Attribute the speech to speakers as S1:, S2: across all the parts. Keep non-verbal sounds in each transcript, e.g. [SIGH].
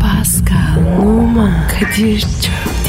S1: Pascal, Oman, Kadir çok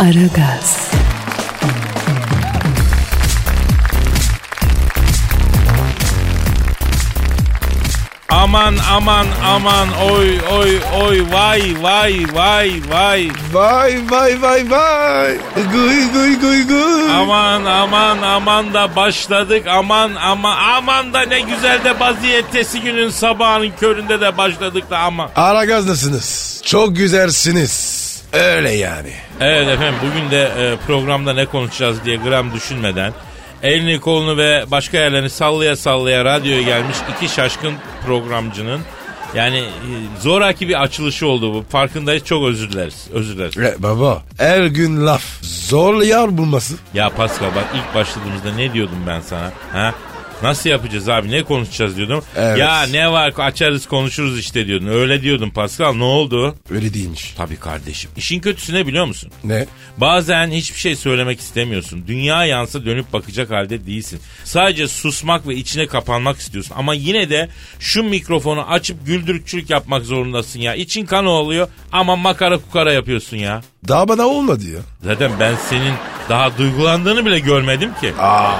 S1: Aragaz,
S2: Aman aman aman oy oy oy vay vay vay vay.
S3: Vay vay vay vay. Guy guy guy guy.
S2: Aman aman aman da başladık aman ama aman da ne güzel de vaziyetesi günün sabahının köründe de başladık da ama.
S3: Ara gazdasınız. Çok güzelsiniz. Öyle yani.
S2: Evet efendim bugün de e, programda ne konuşacağız diye gram düşünmeden elini kolunu ve başka yerlerini sallaya sallaya radyoya gelmiş iki şaşkın programcının yani e, zoraki bir açılışı oldu bu. Farkındayız çok özür dileriz. Özür dileriz.
S3: Re, baba her gün laf. Zor yar bulması.
S2: Ya Pascal bak ilk başladığımızda ne diyordum ben sana? Ha? Nasıl yapacağız abi ne konuşacağız diyordum.
S3: Evet.
S2: Ya ne var açarız konuşuruz işte diyordun. Öyle diyordum Pascal ne oldu?
S3: Öyle değilmiş.
S2: Tabii kardeşim. İşin kötüsü ne biliyor musun?
S3: Ne?
S2: Bazen hiçbir şey söylemek istemiyorsun. Dünya yansa dönüp bakacak halde değilsin. Sadece susmak ve içine kapanmak istiyorsun. Ama yine de şu mikrofonu açıp güldürükçülük yapmak zorundasın ya. İçin kan oluyor ama makara kukara yapıyorsun ya.
S3: Daha bana olmadı ya.
S2: Zaten ben senin daha duygulandığını bile görmedim ki.
S3: Aa,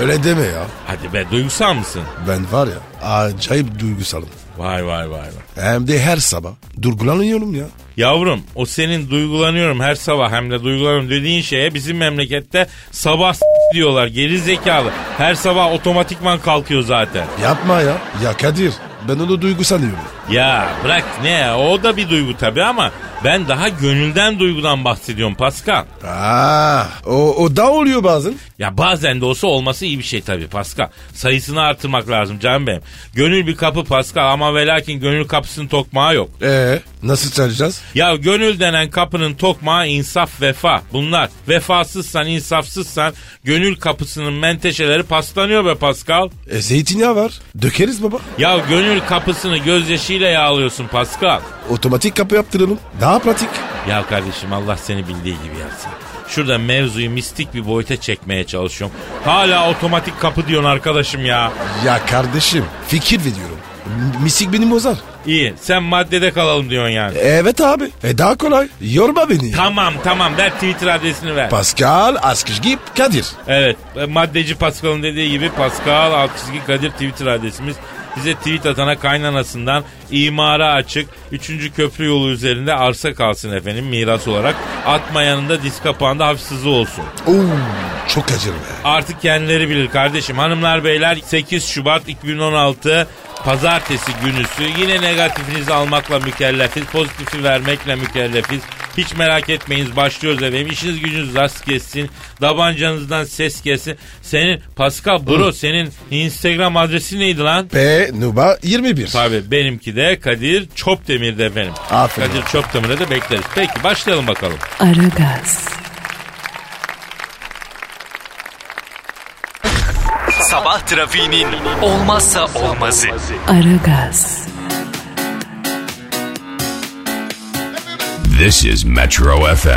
S3: öyle deme ya.
S2: Hadi be duygusal mısın?
S3: Ben var ya acayip duygusalım.
S2: Vay vay vay. vay.
S3: Hem de her sabah durgulanıyorum ya.
S2: Yavrum o senin duygulanıyorum her sabah hem de duygulanıyorum dediğin şeye bizim memlekette sabah s- diyorlar geri zekalı. Her sabah otomatikman kalkıyor zaten.
S3: Yapma ya. Ya Kadir ben onu duygu sanıyorum.
S2: Ya bırak ne o da bir duygu tabii ama ben daha gönülden duygudan bahsediyorum Pascal.
S3: Aa, o, o da oluyor bazen.
S2: Ya bazen de olsa olması iyi bir şey tabii Pascal. Sayısını artırmak lazım canım benim. Gönül bir kapı Pascal ama velakin gönül kapısının tokmağı yok.
S3: Ee, nasıl çalışacağız?
S2: Ya gönül denen kapının tokmağı insaf vefa. Bunlar vefasızsan insafsızsan gönül kapısının menteşeleri paslanıyor be Pascal.
S3: E, zeytinyağı var. Dökeriz baba.
S2: Ya gönül kapısını gözyaşıyla yağlıyorsun Pascal.
S3: Otomatik kapı yaptıralım. Daha pratik.
S2: Ya kardeşim Allah seni bildiği gibi yapsın. Şurada mevzuyu mistik bir boyuta çekmeye çalışıyorum. Hala otomatik kapı diyorsun arkadaşım ya.
S3: Ya kardeşim fikir veriyorum. M- Misik beni bozar.
S2: İyi sen maddede kalalım diyorsun yani.
S3: Evet abi. E daha kolay. Yorma beni.
S2: Tamam tamam ver Twitter adresini ver.
S3: Pascal Askışgip Kadir.
S2: Evet e, maddeci Pascal'ın dediği gibi Pascal Alkışgı Kadir Twitter adresimiz. Bize tweet atana kaynanasından imara açık 3. köprü yolu üzerinde arsa kalsın efendim miras olarak. Atmayanın da diz kapağında hafif sızı olsun.
S3: Oo, çok acır be.
S2: Artık kendileri bilir kardeşim. Hanımlar beyler 8 Şubat 2016 Pazartesi günüsü. Yine negatifinizi almakla mükellefiz. Pozitifi vermekle mükellefiz. Hiç merak etmeyiniz başlıyoruz efendim. İşiniz gücünüz rast kessin. Dabancanızdan ses kessin. Senin Pascal Bro senin Instagram adresi neydi lan?
S3: P Nuba 21.
S2: Tabii benimki de Kadir Çopdemir'de efendim.
S3: Aferin.
S2: Kadir Çopdemir'de de bekleriz. Peki başlayalım bakalım.
S1: Aragaz,
S4: Sabah trafiğinin olmazsa olmazı.
S1: Aragaz,
S5: This is Metro FM.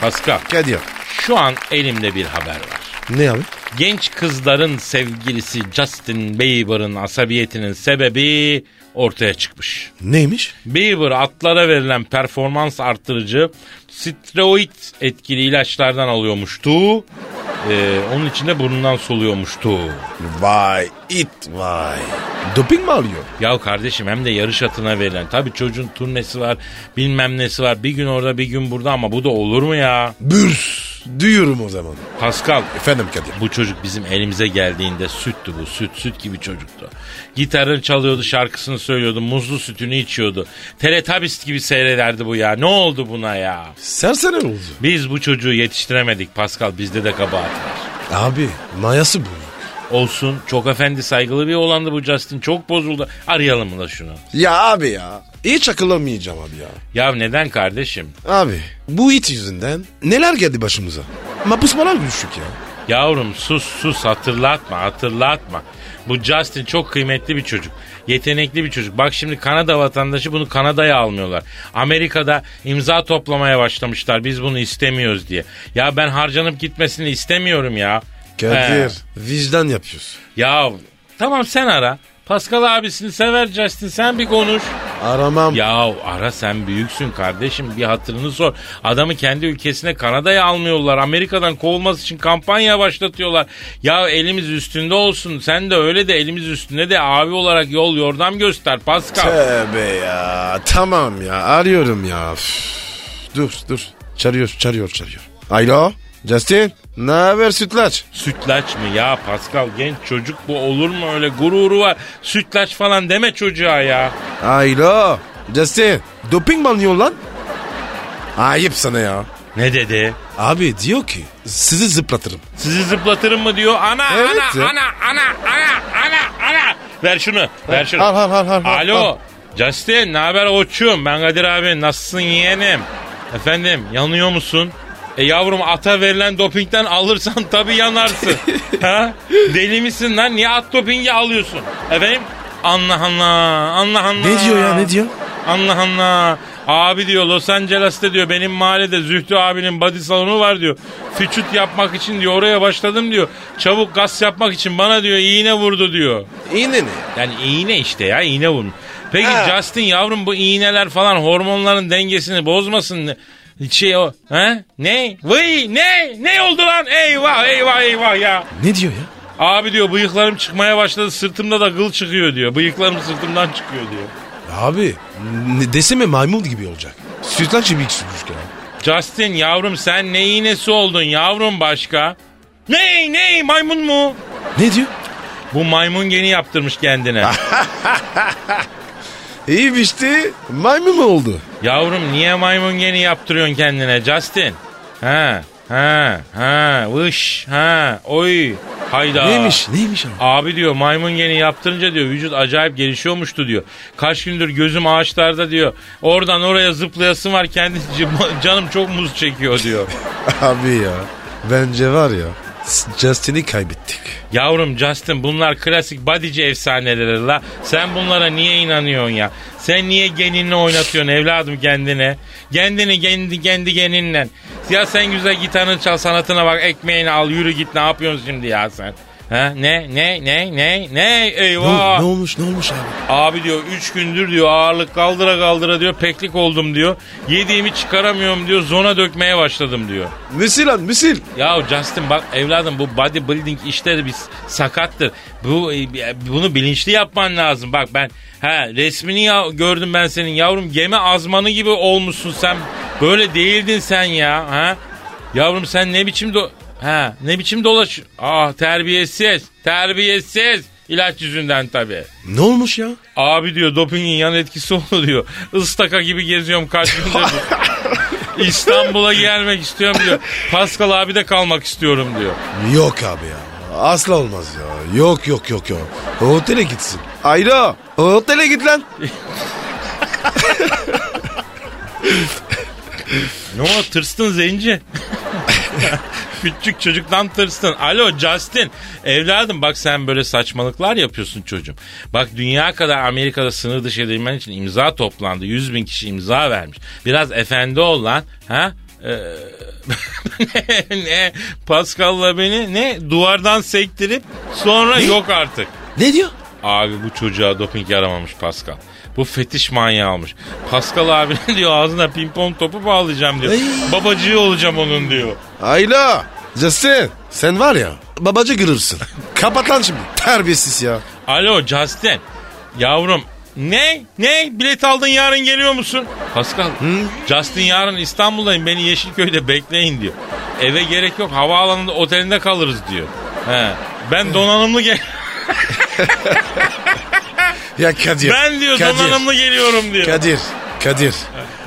S2: Pascal
S3: Kadir.
S2: şu an elimde bir haber var.
S3: Ne abi?
S2: Genç kızların sevgilisi Justin Bieber'ın asabiyetinin sebebi ortaya çıkmış.
S3: Neymiş?
S2: Bieber atlara verilen performans arttırıcı steroid etkili ilaçlardan alıyormuştu. Ee, onun için de burnundan soluyormuştu.
S3: Vay it vay. Doping mi alıyor?
S2: Ya kardeşim hem de yarış atına verilen. Tabii çocuğun turnesi var bilmem nesi var. Bir gün orada bir gün burada ama bu da olur mu ya?
S3: Bürs. Duyuyorum o zaman.
S2: Pascal
S3: Efendim Kadir.
S2: Bu çocuk bizim elimize geldiğinde süttü bu süt süt gibi çocuktu. Gitarını çalıyordu şarkısını söylüyordu muzlu sütünü içiyordu. Teletabist gibi seyrederdi bu ya ne oldu buna ya.
S3: Sersene oldu.
S2: Biz bu çocuğu yetiştiremedik Pascal bizde de kabahat var.
S3: Abi mayası bu.
S2: Olsun. Çok efendi saygılı bir oğlandı bu Justin. Çok bozuldu. Arayalım mı la şunu?
S3: Ya abi ya. Hiç akılamayacağım abi ya.
S2: Ya neden kardeşim?
S3: Abi bu it yüzünden neler geldi başımıza. Mapusmalar düşük ya.
S2: Yavrum sus sus hatırlatma hatırlatma. Bu Justin çok kıymetli bir çocuk. Yetenekli bir çocuk. Bak şimdi Kanada vatandaşı bunu Kanada'ya almıyorlar. Amerika'da imza toplamaya başlamışlar biz bunu istemiyoruz diye. Ya ben harcanıp gitmesini istemiyorum ya. He.
S3: Kadir vicdan yapıyoruz.
S2: Ya tamam sen ara. Pascal abisini sever Justin sen bir konuş.
S3: Aramam.
S2: Ya ara sen büyüksün kardeşim bir hatırını sor. Adamı kendi ülkesine Kanada'ya almıyorlar. Amerika'dan kovulması için kampanya başlatıyorlar. Ya elimiz üstünde olsun. Sen de öyle de elimiz üstünde de abi olarak yol yordam göster Pascal.
S3: Tövbe ya. Tamam ya arıyorum ya. Üf. Dur dur. Çarıyor çarıyor çarıyor. Alo Justin. Ne haber sütlaç?
S2: Sütlaç mı ya Pascal genç çocuk bu olur mu öyle gururu var. Sütlaç falan deme çocuğa ya.
S3: Alo Justin. Doping mi alıyorsun lan? Ayıp sana ya.
S2: Ne dedi?
S3: Abi diyor ki sizi zıplatırım.
S2: Sizi zıplatırım mı diyor. Ana
S3: Evet
S2: ana,
S3: ya.
S2: ana ana ana ana ana. Ver şunu. Ver şunu.
S3: al, al, al, al,
S2: Alo.
S3: al.
S2: Justin ne haber koçum? Ben Kadir abi. Nasılsın yeğenim? Efendim yanıyor musun? E yavrum ata verilen dopingden alırsan [LAUGHS] tabii yanarsın. ha? Deli misin lan? Niye at dopingi alıyorsun? Efendim? Allah Allah. Allah Allah.
S3: Ne diyor ya, ne diyor?
S2: Allah Allah. Abi diyor Los Angeles'te diyor benim mahallede Zühtü abinin body salonu var diyor. Füçüt yapmak için diyor oraya başladım diyor. Çabuk gaz yapmak için bana diyor iğne vurdu diyor.
S3: İğne ne?
S2: Yani iğne işte ya iğne vurun. Peki
S3: Ha.
S2: Justin yavrum bu iğneler falan hormonların dengesini bozmasın. Şey o. He? Ne? Vıy ne? Ne oldu lan? Eyvah eyvah eyvah ya.
S3: Ne diyor ya?
S2: Abi diyor bıyıklarım çıkmaya başladı sırtımda da gıl çıkıyor diyor. Bıyıklarım sırtımdan çıkıyor diyor.
S3: Abi ne deseme maymun gibi olacak. Sütlaç gibi içmiş ya.
S2: Justin yavrum sen ne iğnesi oldun yavrum başka? Ne ne maymun mu?
S3: Ne diyor?
S2: Bu maymun geni yaptırmış kendine.
S3: İyi işte maymun mu oldu?
S2: yavrum niye maymun geni yaptırıyorsun kendine Justin? Ha ha ha vış ha oy hayda.
S3: Neymiş neymiş abi?
S2: Abi diyor maymun geni yaptırınca diyor vücut acayip gelişiyormuştu diyor. Kaç gündür gözüm ağaçlarda diyor. Oradan oraya zıplayasım var kendi [LAUGHS] canım çok muz çekiyor diyor.
S3: [LAUGHS] Abi ya bence var ya Justin'i kaybettik.
S2: Yavrum Justin bunlar klasik badici efsaneleri la. Sen bunlara niye inanıyorsun ya? Sen niye geninle oynatıyorsun evladım kendine? Kendini kendi kendi geninle. Ya sen güzel gitarını çal sanatına bak ekmeğini al yürü git ne yapıyorsun şimdi ya sen? Ha? Ne ne ne ne ne
S3: Ne, ol-
S2: eyvah.
S3: ne olmuş ne olmuş abi?
S2: Abi diyor 3 gündür diyor ağırlık kaldıra kaldıra diyor peklik oldum diyor. Yediğimi çıkaramıyorum diyor zona dökmeye başladım diyor.
S3: Misil lan misil.
S2: Ya Justin bak evladım bu bodybuilding işleri bir sakattır. Bu e, bunu bilinçli yapman lazım. Bak ben ha resmini ya, gördüm ben senin yavrum gemi azmanı gibi olmuşsun sen. Böyle değildin sen ya ha. Yavrum sen ne biçim do ha ne biçim dolaş ah terbiyesiz terbiyesiz ilaç yüzünden tabii.
S3: Ne olmuş ya?
S2: Abi diyor dopingin yan etkisi [LAUGHS] oldu diyor. Istaka gibi geziyorum kaç gündür diyor. İstanbul'a gelmek istiyorum diyor. Pascal abi de kalmak istiyorum diyor.
S3: Yok abi ya. Asla olmaz ya. Yok yok yok yok. Otele gitsin. Ayda otele git lan.
S2: Ne o tırstın zenci. [LAUGHS] Küçük çocuktan tırstın. Alo Justin. Evladım bak sen böyle saçmalıklar yapıyorsun çocuğum. Bak dünya kadar Amerika'da sınır dışı edilmen için imza toplandı. 100 bin kişi imza vermiş. Biraz efendi ol lan. Ha? Ee, [LAUGHS] ne, ne? Pascal'la beni ne duvardan sektirip sonra yok artık.
S3: Ne diyor?
S2: Abi bu çocuğa doping yaramamış Pascal. Bu fetiş manyağı olmuş. Pascal abi [LAUGHS] ne diyor ağzına pimpon topu bağlayacağım diyor.
S3: Ay.
S2: Babacığı olacağım onun diyor.
S3: Ayla. Justin sen var ya babacı kırırsın. [LAUGHS] Kapat lan şimdi. Terbiyesiz ya.
S2: Alo Justin. Yavrum ne? Ne? Bilet aldın yarın geliyor musun? Pascal. Justin yarın İstanbul'dayım beni Yeşilköy'de bekleyin diyor. Eve gerek yok havaalanında otelinde kalırız diyor. He. Ben donanımlı gel
S3: Ya Kadir.
S2: ben diyor
S3: Kadir.
S2: [LAUGHS] donanımlı geliyorum diyor.
S3: Kadir. Kadir.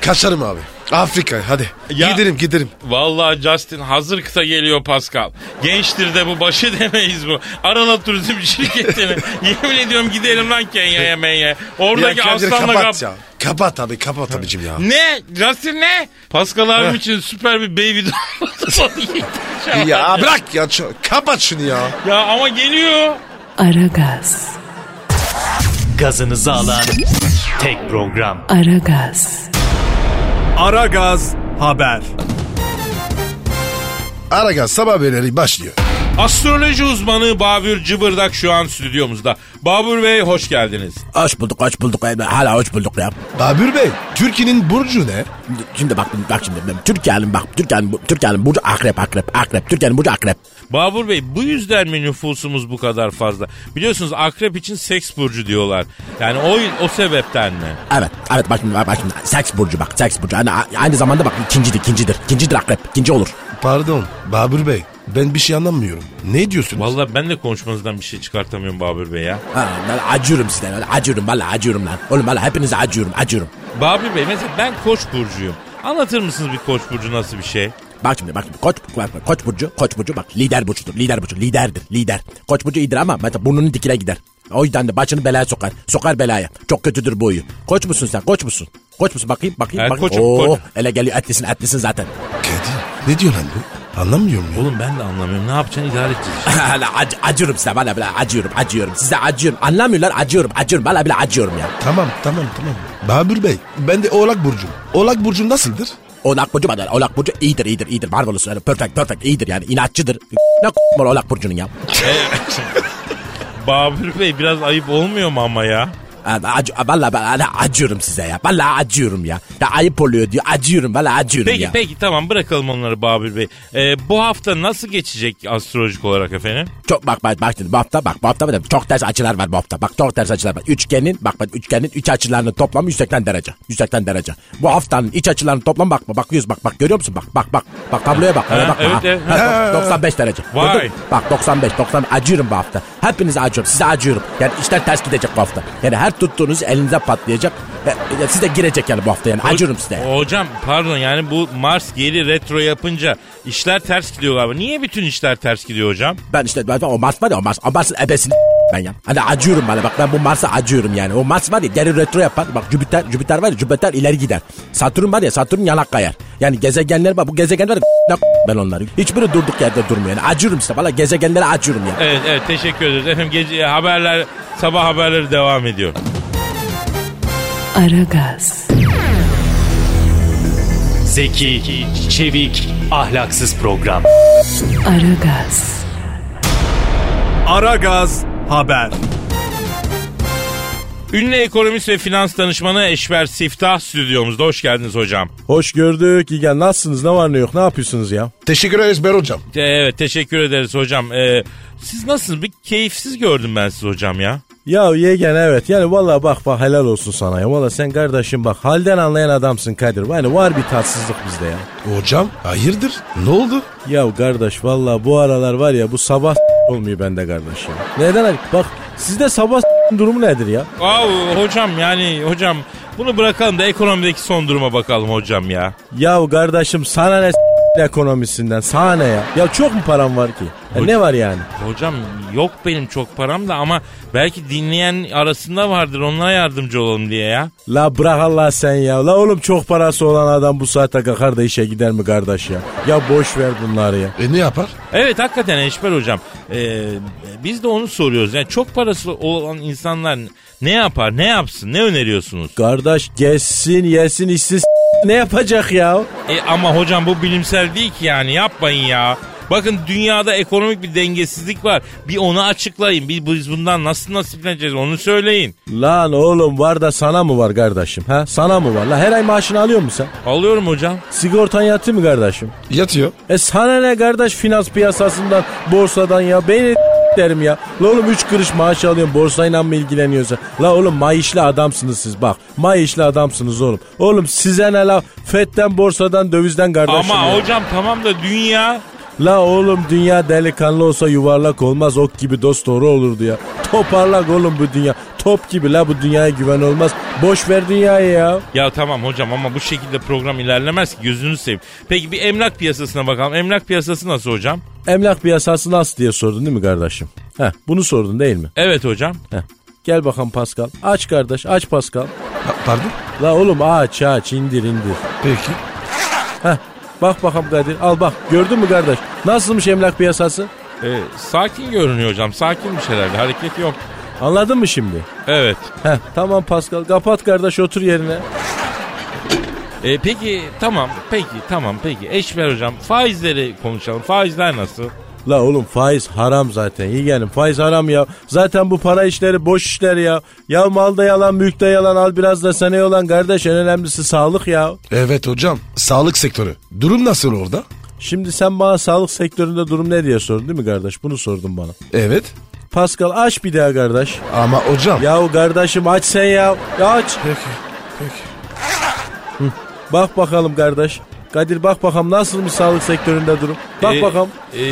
S3: Kaçarım abi. Afrika hadi.
S2: Ya-
S3: Gidelim gidelim.
S2: Vallahi Justin hazır kıta geliyor Pascal. Gençtir de bu başı [LAUGHS] demeyiz bu. Arana Turizm [LAUGHS] şirketini. Yemin ediyorum gidelim lan Kenya'ya menye. Oradaki
S3: Ya Kadir
S2: aslanla
S3: kapat
S2: kap-
S3: ya. Kapat abi kapat abicim ya.
S2: Ne? Justin ne? Pascal abim için süper bir baby [LAUGHS] doll.
S3: ya bırak ya ç- kapat şunu ya.
S2: Ya ama geliyor.
S1: Aragaz,
S4: Gazınızı alan tek program.
S1: Aragaz,
S6: Aragaz Haber.
S3: Aragaz sabah haberleri başlıyor.
S2: Astroloji uzmanı Babür Cıbırdak şu an stüdyomuzda. Babür Bey hoş geldiniz.
S7: Hoş bulduk, hoş bulduk. Ee, Hala hoş bulduk ya.
S3: Babür Bey Türkiye'nin burcu ne?
S7: Şimdi bak, bak şimdi. ben Türkiye'nin bak, Türkiye'nin, bu- Türkiye'nin burcu akrep, akrep, akrep. Türkiye'nin burcu akrep.
S2: Babur Bey bu yüzden mi nüfusumuz bu kadar fazla? Biliyorsunuz akrep için seks burcu diyorlar. Yani o, o sebepten mi?
S7: Evet, evet bak şimdi, bak, bak şimdi. Seks burcu bak, seks burcu. Aynı, aynı zamanda bak ikincidir, ikincidir. İkincidir akrep, ikinci olur.
S3: Pardon Babür Bey ben bir şey anlamıyorum. Ne diyorsunuz?
S2: Vallahi ben de konuşmanızdan bir şey çıkartamıyorum Babür Bey ya.
S7: Ha, ben acıyorum size, ben acıyorum, valla acıyorum lan. Oğlum valla hepinize acıyorum, acıyorum.
S2: Babür Bey mesela ben koç burcuyum. Anlatır mısınız bir koç burcu nasıl bir şey?
S7: Bak şimdi bak şimdi koç, bak, bak, koç burcu, koç burcu bak lider burcudur, lider burcu, liderdir, lider. Koç burcu iyidir ama mesela burnunun dikine gider. O yüzden de başını belaya sokar, sokar belaya. Çok kötüdür bu huyu. Koç musun sen, koç musun? Koç musun bakayım bakayım.
S2: Evet,
S7: bakayım.
S2: koçum, koç.
S7: Ele geliyor etlisin etlisin zaten. [LAUGHS]
S3: Kadir ne diyor lan bu? Anlamıyorum ya.
S2: Oğlum ben de anlamıyorum. Ne yapacaksın idare edeceğiz. işte.
S7: Hala ac- acıyorum size valla bile acıyorum acıyorum. Size acıyorum anlamıyorlar acıyorum acıyorum valla bile acıyorum ya.
S3: Tamam tamam tamam. Babür Bey ben de Oğlak Burcu. Oğlak Burcu nasıldır?
S7: Oğlak burcu bana oğlak burcu iyidir iyidir iyidir. Var olursun yani perfect perfect iyidir yani inatçıdır. [LAUGHS] Ne k- var oğlak burcunun ya.
S2: Babür Bey biraz ayıp olmuyor mu ama ya?
S7: Ac valla ben ben acıyorum size ya. Valla acıyorum ya. Ya ayıp oluyor diyor. Acıyorum valla acıyorum
S2: Peki
S7: ya.
S2: peki tamam bırakalım onları Babür Bey. Ee, bu hafta nasıl geçecek astrolojik olarak efendim?
S7: Çok bak bak bak şimdi bu hafta bak bu hafta bak, çok ters açılar var bu hafta. Bak çok ters açılar var. Üçgenin bak bak üçgenin iç açılarının toplamı 180 derece. 180 derece. Bu haftanın iç açılarının toplamı bakma bakıyoruz bak bak görüyor musun? Bak bak bak. Bak tabloya bak.
S2: Ha,
S7: bak
S2: evet, evet.
S7: 95 derece.
S2: Vay.
S7: Gördün mü? Bak 95 90 acıyorum bu hafta. Hepinize acıyorum. Size acıyorum. Yani işler ters gidecek bu hafta. Yani her tuttuğunuz elinize patlayacak. Ve, e, size girecek yani bu hafta yani. Acıyorum size.
S2: Hocam pardon yani bu Mars geri retro yapınca işler ters gidiyor galiba. Niye bütün işler ters gidiyor hocam?
S7: Ben işte ben o Mars var ya o Mars. O Mars'ın ebesini [LAUGHS] ben ya. Hani acıyorum bana bak ben bu Mars'a acıyorum yani. O Mars var ya geri retro yapar. Bak Jüpiter, Jüpiter var ya Jüpiter ileri gider. Satürn var ya Satürn yanak kayar. Yani gezegenler bak bu [LAUGHS] gezegenler ben onları. Hiçbiri durduk yerde durmuyor. Yani acıyorum işte valla gezegenlere acıyorum ya.
S2: Evet evet teşekkür ederiz. Efendim gece haberler sabah haberleri devam ediyor.
S1: Aragaz,
S4: Zeki, çevik, ahlaksız program.
S1: Aragaz,
S6: Aragaz Haber.
S2: Ünlü ekonomist ve finans danışmanı Eşber Siftah stüdyomuzda. Hoş geldiniz hocam.
S8: Hoş gördük. İyi gel. Nasılsınız? Ne var ne yok? Ne yapıyorsunuz ya?
S3: Teşekkür ederiz Ber hocam.
S2: Te- Evet teşekkür ederiz hocam. Ee, siz nasılsınız? Bir keyifsiz gördüm ben sizi hocam ya.
S8: Ya yegen evet. Yani valla bak bak helal olsun sana ya. Valla sen kardeşim bak halden anlayan adamsın Kadir. Yani var bir tatsızlık bizde ya.
S3: Hocam hayırdır? Ne oldu?
S8: Ya kardeş valla bu aralar var ya bu sabah olmuyor bende kardeş ya. Neden? Bak sizde sabah durumu nedir ya?
S2: Aa, hocam yani hocam bunu bırakalım da ekonomideki son duruma bakalım hocam ya.
S8: Ya kardeşim sana ne s- ekonomisinden sana ne ya? Ya çok mu param var ki? Ya ne var yani?
S2: Hocam yok benim çok param da ama belki dinleyen arasında vardır onlara yardımcı olalım diye ya.
S8: La bırak Allah sen ya. La oğlum çok parası olan adam bu saate kalkar da işe gider mi kardeş ya? Ya boş ver bunları ya.
S3: E ne yapar?
S2: Evet hakikaten Eşber hocam. Ee, biz de onu soruyoruz. Yani çok parası olan insanlar ne yapar, ne yapsın, ne öneriyorsunuz?
S8: Kardeş gezsin yesin işsiz ne yapacak ya?
S2: E, ama hocam bu bilimsel değil ki yani yapmayın ya. Bakın dünyada ekonomik bir dengesizlik var. Bir onu açıklayın. Bir biz bundan nasıl nasipleneceğiz onu söyleyin.
S8: Lan oğlum var da sana mı var kardeşim? Ha? Sana mı var? La her ay maaşını alıyor musun sen?
S2: Alıyorum hocam.
S8: Sigortan yatıyor mu kardeşim?
S3: Yatıyor.
S8: E sana ne kardeş finans piyasasından, borsadan ya? Beni derim ya. La oğlum 3 kuruş maaş alıyorum borsayla mı ilgileniyorsun? La oğlum may işli adamsınız siz bak. May işli adamsınız oğlum. Oğlum size ne la? FED'den, borsadan, dövizden kardeşim
S2: Ama
S8: ya.
S2: hocam tamam da dünya
S8: La oğlum dünya delikanlı olsa yuvarlak olmaz ok gibi dost doğru olurdu ya. Toparlak oğlum bu dünya. Top gibi la bu dünyaya güven olmaz. Boş ver dünyayı ya.
S2: Ya tamam hocam ama bu şekilde program ilerlemez ki gözünü seveyim. Peki bir emlak piyasasına bakalım. Emlak piyasası nasıl hocam?
S8: Emlak piyasası nasıl diye sordun değil mi kardeşim? Heh, bunu sordun değil mi?
S2: Evet hocam.
S8: Heh. Gel bakalım Pascal. Aç kardeş aç Pascal.
S3: Pa- pardon?
S8: La oğlum aç aç indir indir.
S3: Peki.
S8: Heh, bak bakalım Kadir al bak gördün mü kardeş? Nasılmış emlak piyasası?
S2: Ee, sakin görünüyor hocam. Sakin bir şeylerdi. Hareket yok.
S8: Anladın mı şimdi?
S2: Evet.
S8: Heh, tamam Pascal kapat kardeş otur yerine.
S2: Ee, peki tamam. Peki tamam. Peki. Eşver hocam. Faizleri konuşalım. Faizler nasıl?
S8: La oğlum faiz haram zaten yeğenim faiz haram ya. Zaten bu para işleri boş işler ya. Ya malda yalan mülkte yalan al biraz da sana yalan kardeş en önemlisi sağlık ya.
S3: Evet hocam. Sağlık sektörü. Durum nasıl orada?
S8: Şimdi sen bana sağlık sektöründe durum ne diye sordun değil mi kardeş? Bunu sordun bana.
S3: Evet.
S8: Pascal aç bir daha kardeş.
S3: Ama hocam.
S8: Yahu kardeşim aç sen ya. Ya aç.
S3: Peki. Peki.
S8: Bak bakalım kardeş. Kadir bak bakalım nasılmış sağlık sektöründe durum. Bak
S2: Ee,
S8: bakalım.
S2: e,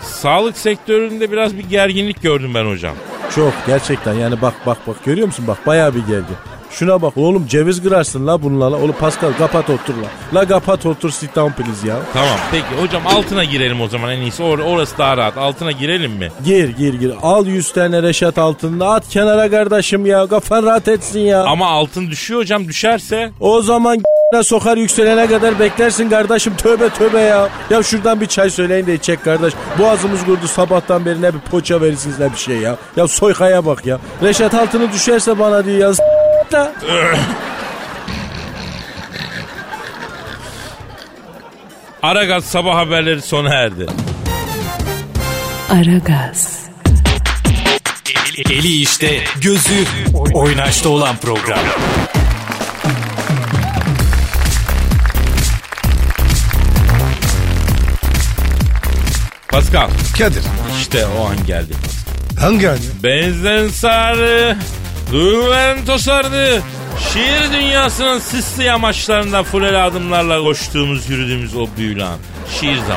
S2: sağlık sektöründe biraz bir gerginlik gördüm ben hocam.
S8: Çok gerçekten yani bak bak bak görüyor musun bak bayağı bir geldi. Şuna bak oğlum ceviz kırarsın la bununla la. Oğlum Pascal kapat otur la. La kapat otur sit down please ya.
S2: Tamam peki hocam altına girelim o zaman en iyisi. Or- orası daha rahat. Altına girelim mi?
S8: Gir gir gir al 100 tane reşat altında at kenara kardeşim ya kafan rahat etsin ya.
S2: Ama altın düşüyor hocam. Düşerse
S8: O zaman [LAUGHS] sokar yükselene kadar beklersin kardeşim tövbe tövbe ya. Ya şuradan bir çay söyleyin de içecek kardeş. Boğazımız kurdu sabahtan beri ne bir poça verirsiniz ne bir şey ya. Ya soykaya bak ya. Reşat altını düşerse bana diyor ya. [LAUGHS] s- da.
S2: Aragaz sabah haberleri sona erdi.
S1: Aragaz,
S4: Eli, eli işte, gözü oynaşta olan program.
S2: Pascal
S3: Kadir.
S2: işte o an geldi.
S3: Hangi anne?
S2: Benzen sarı, dümen tosardı. Şiir dünyasının sisli yamaçlarında fuleli adımlarla koştuğumuz yürüdüğümüz o büyülü an. Şiir zamanı.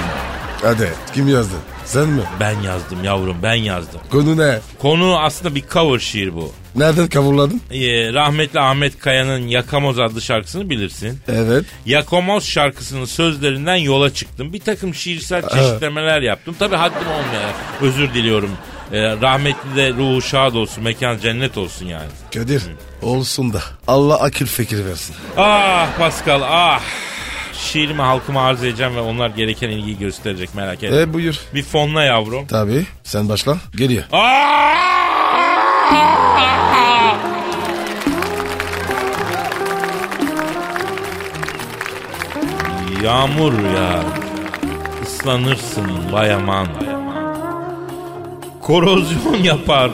S3: Hadi. Kim yazdı? Sen mi?
S2: Ben yazdım yavrum ben yazdım.
S3: Konu ne?
S2: Konu aslında bir cover şiir bu.
S3: Nereden kavurladın?
S2: Ee, rahmetli Ahmet Kaya'nın Yakamoz adlı şarkısını bilirsin.
S3: Evet.
S2: Yakamoz şarkısının sözlerinden yola çıktım. Bir takım şiirsel çeşitlemeler yaptım. Tabi haddim olmayan özür diliyorum. Ee, rahmetli de ruhu şad olsun, mekan cennet olsun yani.
S3: Kadir. Olsun da. Allah akıl fikir versin.
S2: Ah Pascal ah. Şiirimi halkıma arz edeceğim ve onlar gereken ilgiyi gösterecek merak etme.
S3: E buyur.
S2: Bir fonla yavrum.
S3: Tabii. Sen başla. Geliyor.
S2: Yağmur ya ıslanırsın bayaman Korozyon yapar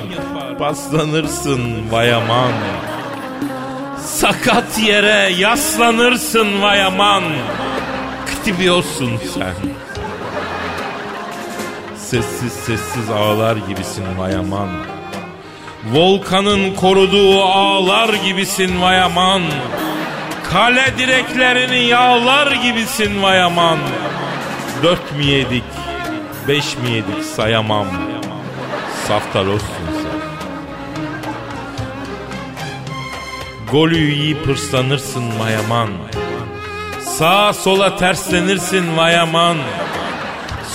S2: Paslanırsın bayaman Sakat yere yaslanırsın vayaman Ktibiyorsun sen Sessiz sessiz ağlar gibisin vayaman Volkanın koruduğu ağlar gibisin vayaman Kale direklerini yağlar gibisin vayaman Dört mi yedik, beş mi yedik sayamam Saftalozsun sen Golü yiyip hırslanırsın vayaman Sağa sola terslenirsin vayaman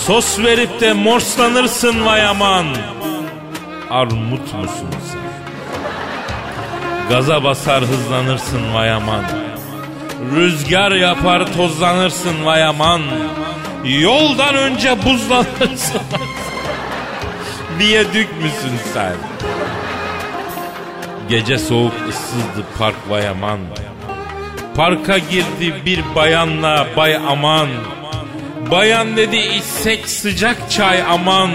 S2: Sos verip de morslanırsın vayaman Armut musun sen? Gaza basar hızlanırsın vayaman Rüzgar yapar tozlanırsın vayaman Yoldan önce buzlanırsın [LAUGHS] Biyedük müsün sen? Gece soğuk ıssızdı park vayaman Parka girdi bir bayanla bay aman Bayan dedi içsek sıcak çay aman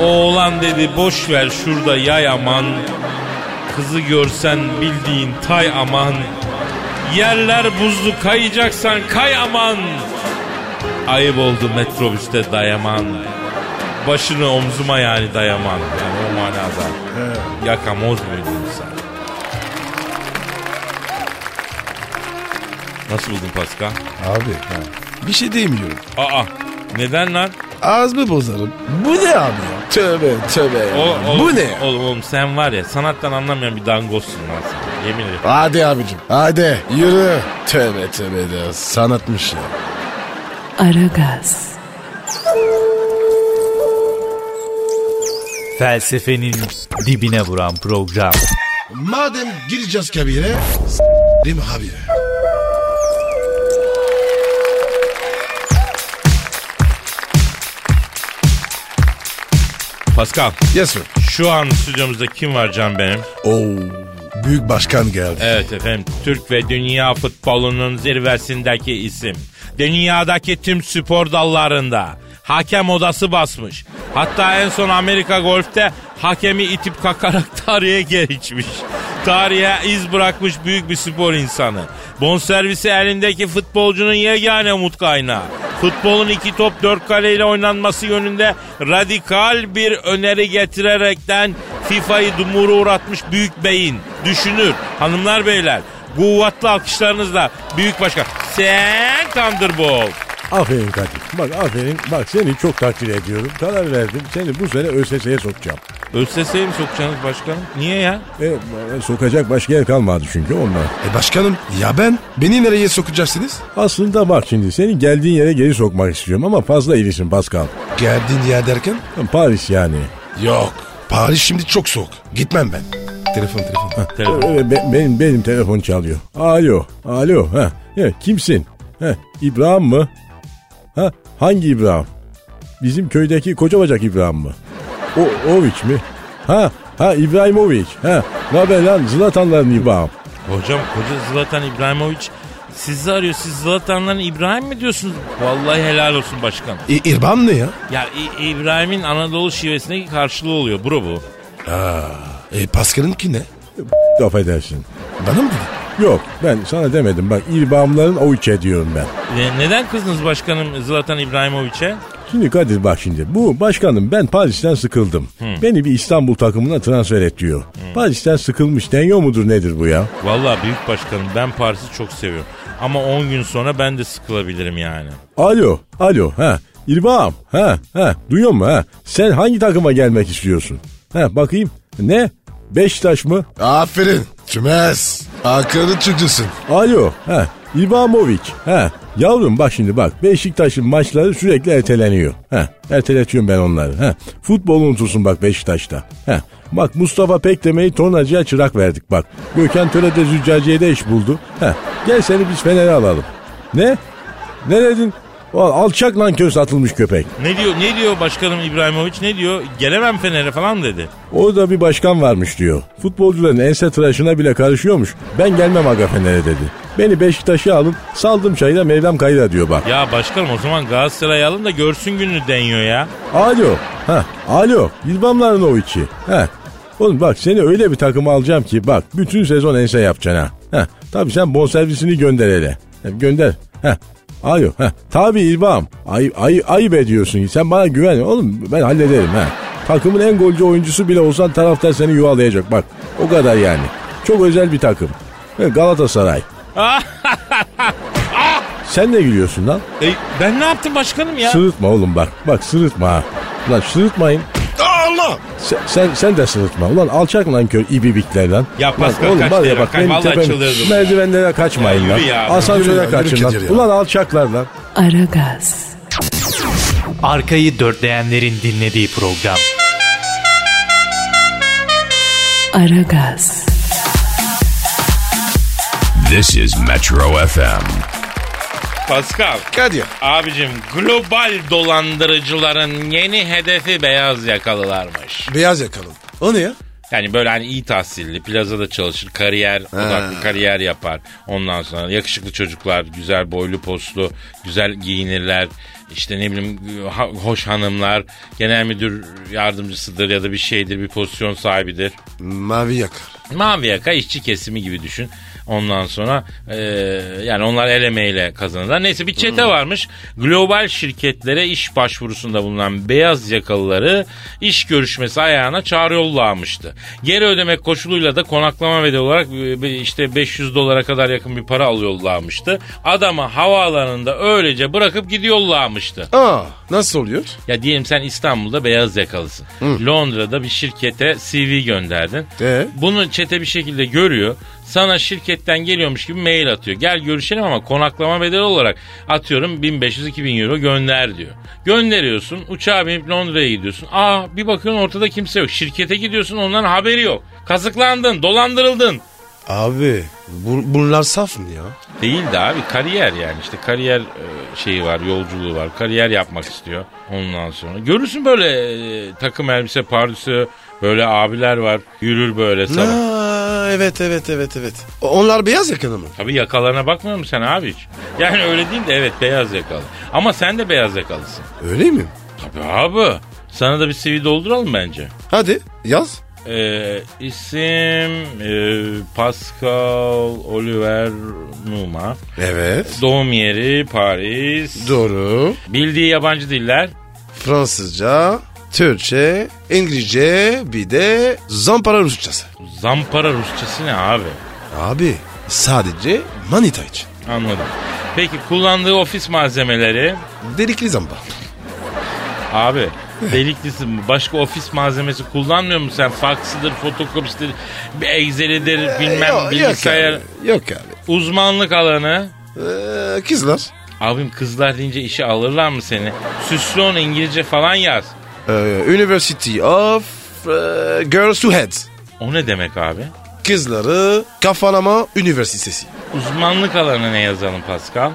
S2: Oğlan dedi boş ver şurada yay aman Kızı görsen bildiğin tay aman Yerler buzlu kayacaksan kay aman Ayıp oldu metrobüste dayaman Başını omzuma yani dayaman Yani o manada Yakamoz muydun sen Nasıl buldun Pascal?
S3: Abi. Bir şey demiyorum.
S2: Aa Neden lan?
S3: Az mı bozarım? Bu ne abi ya? Tövbe tövbe ya.
S2: Oğlum, oğlum,
S3: Bu ne ya?
S2: Oğlum, oğlum sen var ya sanattan anlamayan bir dangozsun lan sen. Yemin ederim.
S3: Hadi abicim hadi yürü. Tövbe tövbe de sanatmış ya.
S1: Aragaz,
S4: Felsefenin dibine vuran program.
S3: Madem gireceğiz kabire değil mi abi?
S2: Pascal
S3: Yes sir.
S2: şu an stüdyomuzda kim var Can benim?
S3: Oo, büyük başkan geldi.
S2: Evet efendim Türk ve dünya futbolunun zirvesindeki isim. Dünyadaki tüm spor dallarında hakem odası basmış. Hatta en son Amerika golfte hakemi itip kakarak [LAUGHS] tarihe geçmiş. Tarihe iz bırakmış büyük bir spor insanı. Bonservisi elindeki futbolcunun yegane umut kaynağı. Futbolun iki top dört kaleyle oynanması yönünde radikal bir öneri getirerekten FIFA'yı dumuru uğratmış büyük beyin. Düşünür. Hanımlar beyler kuvvetli alkışlarınızla büyük başkan sen Thunderbolt.
S8: Aferin Kadir. Bak aferin. Bak seni çok takdir ediyorum. Karar verdim. Seni bu sene ÖSS'ye sokacağım.
S2: ÖSS'ye mi sokacaksınız başkanım? Niye ya?
S8: E, sokacak başka yer kalmadı çünkü ondan.
S3: E başkanım ya ben? Beni nereye sokacaksınız?
S8: Aslında bak şimdi seni geldiğin yere geri sokmak istiyorum ama fazla irisin Pascal.
S3: Geldin ya derken?
S8: Paris yani.
S3: Yok. Paris şimdi çok soğuk. Gitmem ben. Telefon telefon.
S2: Telefon.
S8: Ee, be- benim benim telefon çalıyor. Alo. Alo. Ha. Ya, kimsin? Ha, İbrahim mı? Ha, hangi İbrahim? Bizim köydeki koca bacak İbrahim mı? O Oviç mi? Ha, ha İbrahimovic. Ha, ne haber lan Zlatanların İbrahim.
S2: Hocam koca Zlatan İbrahimovic sizi arıyor. Siz Zlatan'ların İbrahim mi diyorsunuz? Vallahi helal olsun başkanım.
S3: E, İrban ne ya?
S2: Ya İ- İbrahim'in Anadolu şivesindeki karşılığı oluyor bro bu.
S3: E Pascal'ın ki ne?
S8: Affedersin.
S3: Bana mı dedi?
S8: Yok ben sana demedim bak İbrahimlerin Oviç'e diyorum ben.
S2: Ne- neden kızdınız başkanım Zlatan İbrahimovic'e?
S8: Şimdi Kadir bak şimdi bu başkanım ben Paris'ten sıkıldım. Beni bir İstanbul takımına transfer et diyor. Paris'ten sıkılmış deniyor mudur nedir bu ya?
S2: Vallahi büyük başkanım ben Paris'i çok seviyorum. Ama 10 gün sonra ben de sıkılabilirim yani.
S8: Alo, alo, ha. İrbağım, ha, ha. Duyuyor musun, ha? Sen hangi takıma gelmek istiyorsun? Ha, bakayım. Ne? Beşiktaş mı?
S3: Aferin. Tümez. Akıllı çocuğusun.
S8: Alo, ha. İbrahimovic, ha. Yavrum bak şimdi bak. Beşiktaş'ın maçları sürekli erteleniyor. Ha, erteletiyorum ben onları. Ha. Futbolu unutursun bak Beşiktaş'ta. Ha. Bak Mustafa Pekdemir'i tornacıya çırak verdik bak. Gökhan Töre de züccaciyede iş buldu. Ha. Gel seni biz Fener'e alalım. Ne? Ne dedin? Ulan Alçak lan köz atılmış köpek.
S2: Ne diyor ne diyor başkanım İbrahimovic ne diyor? Gelemem Fener'e falan dedi.
S8: Orada bir başkan varmış diyor. Futbolcuların ense tıraşına bile karışıyormuş. Ben gelmem aga Fener'e dedi. Beni Beşiktaş'a alın saldım çayla Mevlam kayda diyor bak.
S2: Ya başkanım o zaman Galatasaray'ı alın da görsün gününü deniyor ya.
S8: Alo. Ha, alo. İlbamların o içi. Ha. Oğlum bak seni öyle bir takıma alacağım ki bak bütün sezon ense yapacaksın ha. Ha. Tabii sen bonservisini gönder hele. Ha, gönder. Ha. Alo. Ha. Tabii İlbam. Ay, ay, ayıp ediyorsun. Sen bana güven. Oğlum ben hallederim ha. Takımın en golcü oyuncusu bile olsan taraftar seni yuvalayacak bak. O kadar yani. Çok özel bir takım. Ha, Galatasaray. Sen ne gülüyorsun lan?
S2: E, ben ne yaptım başkanım ya?
S8: Sırıtma oğlum bak. Bak sırıtma ha. Lan sırıtmayın.
S3: Allah!
S8: Sen, sen, sen de sırıtma. Ulan alçak lan kör ibibikler lan.
S2: Ya
S8: Lan
S2: Pascal kaç
S8: var
S2: lira? Kaç- vallahi çıldırdım.
S8: Merdivenlere kaçmayın
S2: Ya
S8: lan.
S2: yürü ya.
S3: Yürü ya,
S8: Asansöre
S3: yürü
S8: kaçın lan.
S3: Kadir ya.
S8: Ulan alçaklar lan.
S1: Aragaz,
S4: Arkayı dörtleyenlerin dinlediği program.
S1: Aragaz,
S5: This is Metro FM.
S2: Pascal.
S3: Kadir.
S2: Abicim global dolandırıcıların yeni hedefi beyaz yakalılarmış.
S3: Beyaz yakalım. O ne ya?
S2: Yani böyle hani iyi tahsilli plazada çalışır kariyer odaklı kariyer yapar. Ondan sonra yakışıklı çocuklar güzel boylu poslu güzel giyinirler. İşte ne bileyim ha- hoş hanımlar genel müdür yardımcısıdır ya da bir şeydir bir pozisyon sahibidir.
S3: Mavi yakar.
S2: Mavi yaka işçi kesimi gibi düşün. Ondan sonra e, yani onlar el emeğiyle kazanırlar. Neyse bir çete varmış. Global şirketlere iş başvurusunda bulunan beyaz yakalıları iş görüşmesi ayağına çağrı yollamıştı. Geri ödeme koşuluyla da konaklama bedeli olarak e, be- işte 500 dolara kadar yakın bir para alıyorlarmıştı. Adamı havaalanında öylece bırakıp gidiyorlarmıştı.
S3: Aa nasıl oluyor?
S2: Ya diyelim sen İstanbul'da beyaz yakalısın. Londra'da bir şirkete CV gönderdin.
S3: Ee?
S2: Bunu çete bir şekilde görüyor. Sana şirketten geliyormuş gibi mail atıyor. Gel görüşelim ama konaklama bedeli olarak atıyorum 1500-2000 euro gönder diyor. Gönderiyorsun uçağa binip Londra'ya gidiyorsun. Aa bir bakıyorsun ortada kimse yok. Şirkete gidiyorsun ondan haberi yok. Kazıklandın dolandırıldın.
S3: Abi bu- bunlar saf mı ya?
S2: Değil de abi kariyer yani işte kariyer e, şeyi var yolculuğu var kariyer yapmak istiyor ondan sonra. Görürsün böyle e, takım elbise pardüsü böyle abiler var yürür böyle sana.
S3: Aa, evet evet evet evet. O- Onlar beyaz yakını mı?
S2: Tabii yakalarına bakmıyor musun sen abi hiç? Yani öyle değil de evet beyaz yakalı. Ama sen de beyaz yakalısın.
S3: Öyle mi?
S2: Tabii abi. Sana da bir CV dolduralım bence.
S3: Hadi yaz.
S2: Ee, isim e, Pascal Oliver Numa.
S3: Evet.
S2: Doğum yeri Paris.
S3: Doğru.
S2: Bildiği yabancı diller.
S3: Fransızca, Türkçe, İngilizce bir de zampara Rusçası.
S2: Zampara Rusçası ne abi?
S3: Abi sadece manita için.
S2: Anladım. Peki kullandığı ofis malzemeleri
S3: Delikli zamba. [LAUGHS]
S2: abi deliklisin mi? başka ofis malzemesi kullanmıyor musun sen? Faksıdır, fotokopisidir, bir Excel'idir, bilmem
S3: Ee, Yok-
S2: bilgisayar.
S3: Yok abi. Yok abi.
S2: Uzmanlık alanı.
S3: Ee, kızlar.
S2: Abim kızlar deyince işe alırlar mı seni? Süslü onu İngilizce falan yaz.
S3: Ee, University of ee, Girls to Heads.
S2: O ne demek abi?
S3: Kızları Kafalama Üniversitesi.
S2: Uzmanlık alanı ne yazalım Pascal?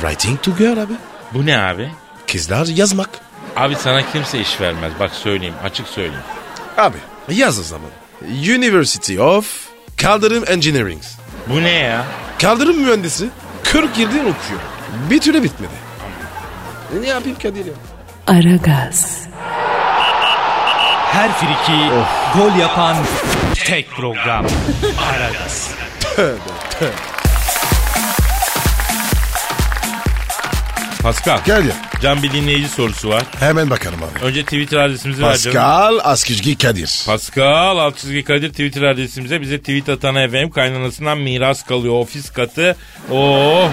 S3: Writing to girl abi.
S2: Bu ne abi?
S3: Kızlar yazmak.
S2: Abi sana kimse iş vermez. Bak söyleyeyim, açık söyleyeyim.
S3: Abi yaz o zaman. University of Kaldırım Engineering.
S2: Bu ne ya?
S3: Kaldırım mühendisi 40 yıldır okuyor. Bir türlü bitmedi. Ne yapayım Kadir ya?
S1: Aragaz,
S4: Her friki gol yapan tek program. Aragaz.
S2: Pascal.
S3: Gel ya.
S2: Can bir dinleyici sorusu var.
S3: Hemen bakarım abi.
S2: Önce Twitter adresimizi ver canım.
S3: Pascal Askizgi Kadir.
S2: Pascal alt çizgi Kadir Twitter adresimize bize tweet atana efendim kaynanasından miras kalıyor ofis katı. Oh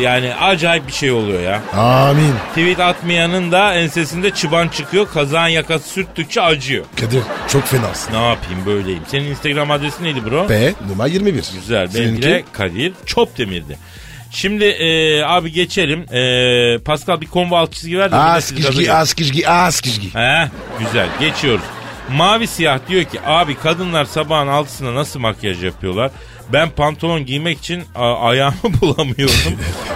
S2: yani acayip bir şey oluyor ya.
S3: Amin.
S2: Tweet atmayanın da ensesinde çıban çıkıyor. Kazağın yakası sürttükçe acıyor.
S3: Kadir çok fenasın.
S2: Ne yapayım böyleyim. Senin Instagram adresi neydi bro?
S3: P numara 21.
S2: Güzel. Benimki de Kadir Çopdemir'di. Şimdi e, abi geçelim. E, Pascal bir konvo alt çizgi ver. de bir de siz gaza gelin.
S3: Askizgi Askizgi.
S2: He güzel geçiyoruz. Mavi siyah diyor ki abi kadınlar sabahın altısında nasıl makyaj yapıyorlar? Ben pantolon giymek için a- ayağımı [LAUGHS] bulamıyorum.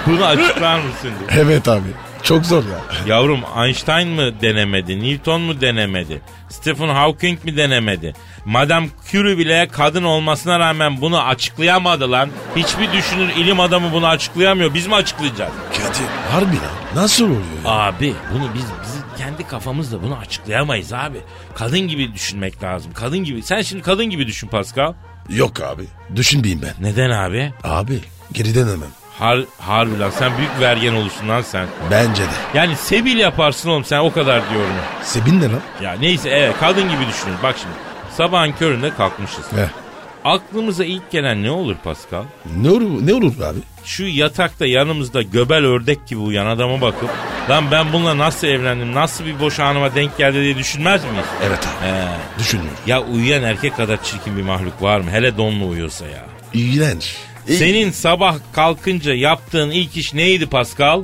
S2: Bunu açıklar mısın? diyor.
S3: Evet abi. Çok zor ya.
S2: Yavrum Einstein mı denemedi? Newton mu denemedi? Stephen Hawking mi denemedi? Madame Curie bile kadın olmasına rağmen bunu açıklayamadı lan. Hiçbir düşünür ilim adamı bunu açıklayamıyor. Biz mi açıklayacağız?
S3: Kadir harbi ya. Nasıl oluyor ya?
S2: Abi bunu biz biz kendi kafamızla bunu açıklayamayız abi. Kadın gibi düşünmek lazım. Kadın gibi. Sen şimdi kadın gibi düşün Pascal.
S3: Yok abi. Düşünmeyeyim ben.
S2: Neden abi?
S3: Abi geri dönemem.
S2: Har harbi lan sen büyük vergen olursun lan sen.
S3: Bence de.
S2: Yani sebil yaparsın oğlum sen o kadar diyorum.
S3: Sebin ne lan?
S2: Ya neyse evet kadın gibi düşünün. Bak şimdi sabahın köründe kalkmışız.
S3: Heh.
S2: Aklımıza ilk gelen ne olur Pascal?
S3: Ne olur, ne olur abi?
S2: Şu yatakta yanımızda göbel ördek gibi uyan adama bakıp lan ben bununla nasıl evlendim nasıl bir boş anıma denk geldi diye düşünmez miyiz?
S3: Evet abi.
S2: He.
S3: Düşünmüyorum.
S2: Ya uyuyan erkek kadar çirkin bir mahluk var mı? Hele donlu uyuyorsa ya.
S3: İğrenç.
S2: Senin sabah kalkınca yaptığın ilk iş neydi Pascal?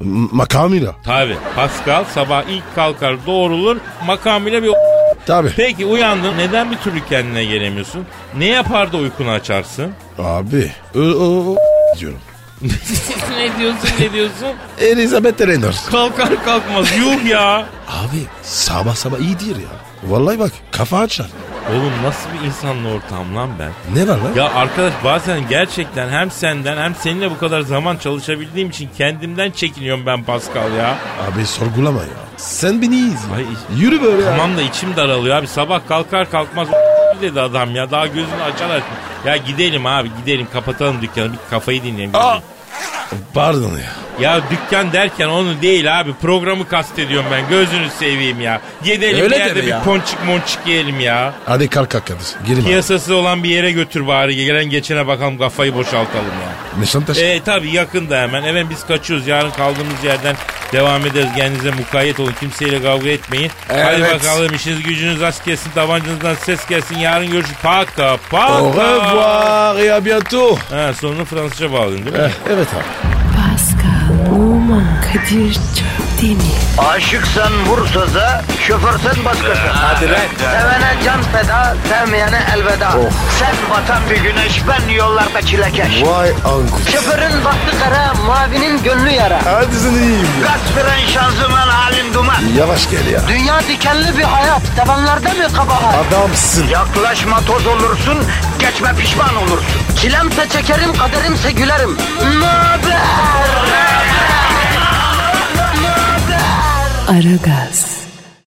S3: M- Makamıyla.
S2: Tabi Pascal sabah ilk kalkar doğrulur makamıyla bir o-
S3: Tabii.
S2: Peki uyandın neden bir türlü kendine gelemiyorsun? Ne yapar da uykunu açarsın?
S3: Abi. O, o, o- diyorum.
S2: [LAUGHS] ne diyorsun ne diyorsun?
S3: Elizabeth Reynolds.
S2: Kalkar kalkmaz yuh ya.
S3: Abi sabah sabah iyidir ya. Vallahi bak kafa açar.
S2: Oğlum nasıl bir insanla ortam lan ben?
S3: Ne var lan?
S2: Ya arkadaş bazen gerçekten hem senden hem seninle bu kadar zaman çalışabildiğim için kendimden çekiniyorum ben Pascal ya.
S3: Abi sorgulama ya. Sen beni iyi izle.
S2: Ay,
S3: Yürü böyle ya.
S2: Tamam da içim daralıyor abi. Sabah kalkar kalkmaz [LAUGHS] Kadir dedi adam ya. Daha gözünü açan açın. Ya gidelim abi gidelim kapatalım dükkanı. Bir kafayı dinleyelim.
S3: Pardon ya.
S2: Ya dükkan derken onu değil abi. Programı kastediyorum ben. Gözünü seveyim ya. Gidelim
S3: Öyle
S2: bir yerde
S3: deme
S2: bir
S3: ya.
S2: ponçik monçik yiyelim ya.
S3: Hadi kalk kalk Kadir. Girin abi.
S2: Piyasası olan bir yere götür bari. Gelen geçene bakalım kafayı boşaltalım ya.
S3: Nişantaş.
S2: E tabi yakında hemen. Hemen biz kaçıyoruz. Yarın kaldığımız yerden devam ederiz. Kendinize mukayyet olun. Kimseyle kavga etmeyin. Hadi
S3: Evet.
S2: bakalım işiniz gücünüz az kesin. Tabancanızdan ses gelsin. Yarın görüşürüz. Paka
S3: Au
S2: paka.
S3: revoir et à bientôt.
S2: Ha, sonunu Fransızca bağladın değil mi?
S3: Eh, evet abi.
S1: Pascal, Oman, Kadir çok değil mi?
S9: Aşıksan vursa da, şoförsen başkasın. Hadi
S3: Ee, lan. Oh.
S9: Sevene can feda, sevmeyene elveda. Sen batan bir güneş, ben yollarda çilekeş.
S3: Vay anku.
S9: Şoförün baktı kara, mavinin gönlü yara.
S3: Hadi sen iyiyim ya.
S9: Kasperen şanzıman halin duman.
S3: Yavaş gel ya.
S9: Dünya dikenli bir hayat, sevenlerde mi kabahar?
S3: Adamsın.
S9: Yaklaşma toz olursun, geçme pişman olursun. Çilemse çekerim, kaderimse gülerim. Möber!
S1: Aragaz.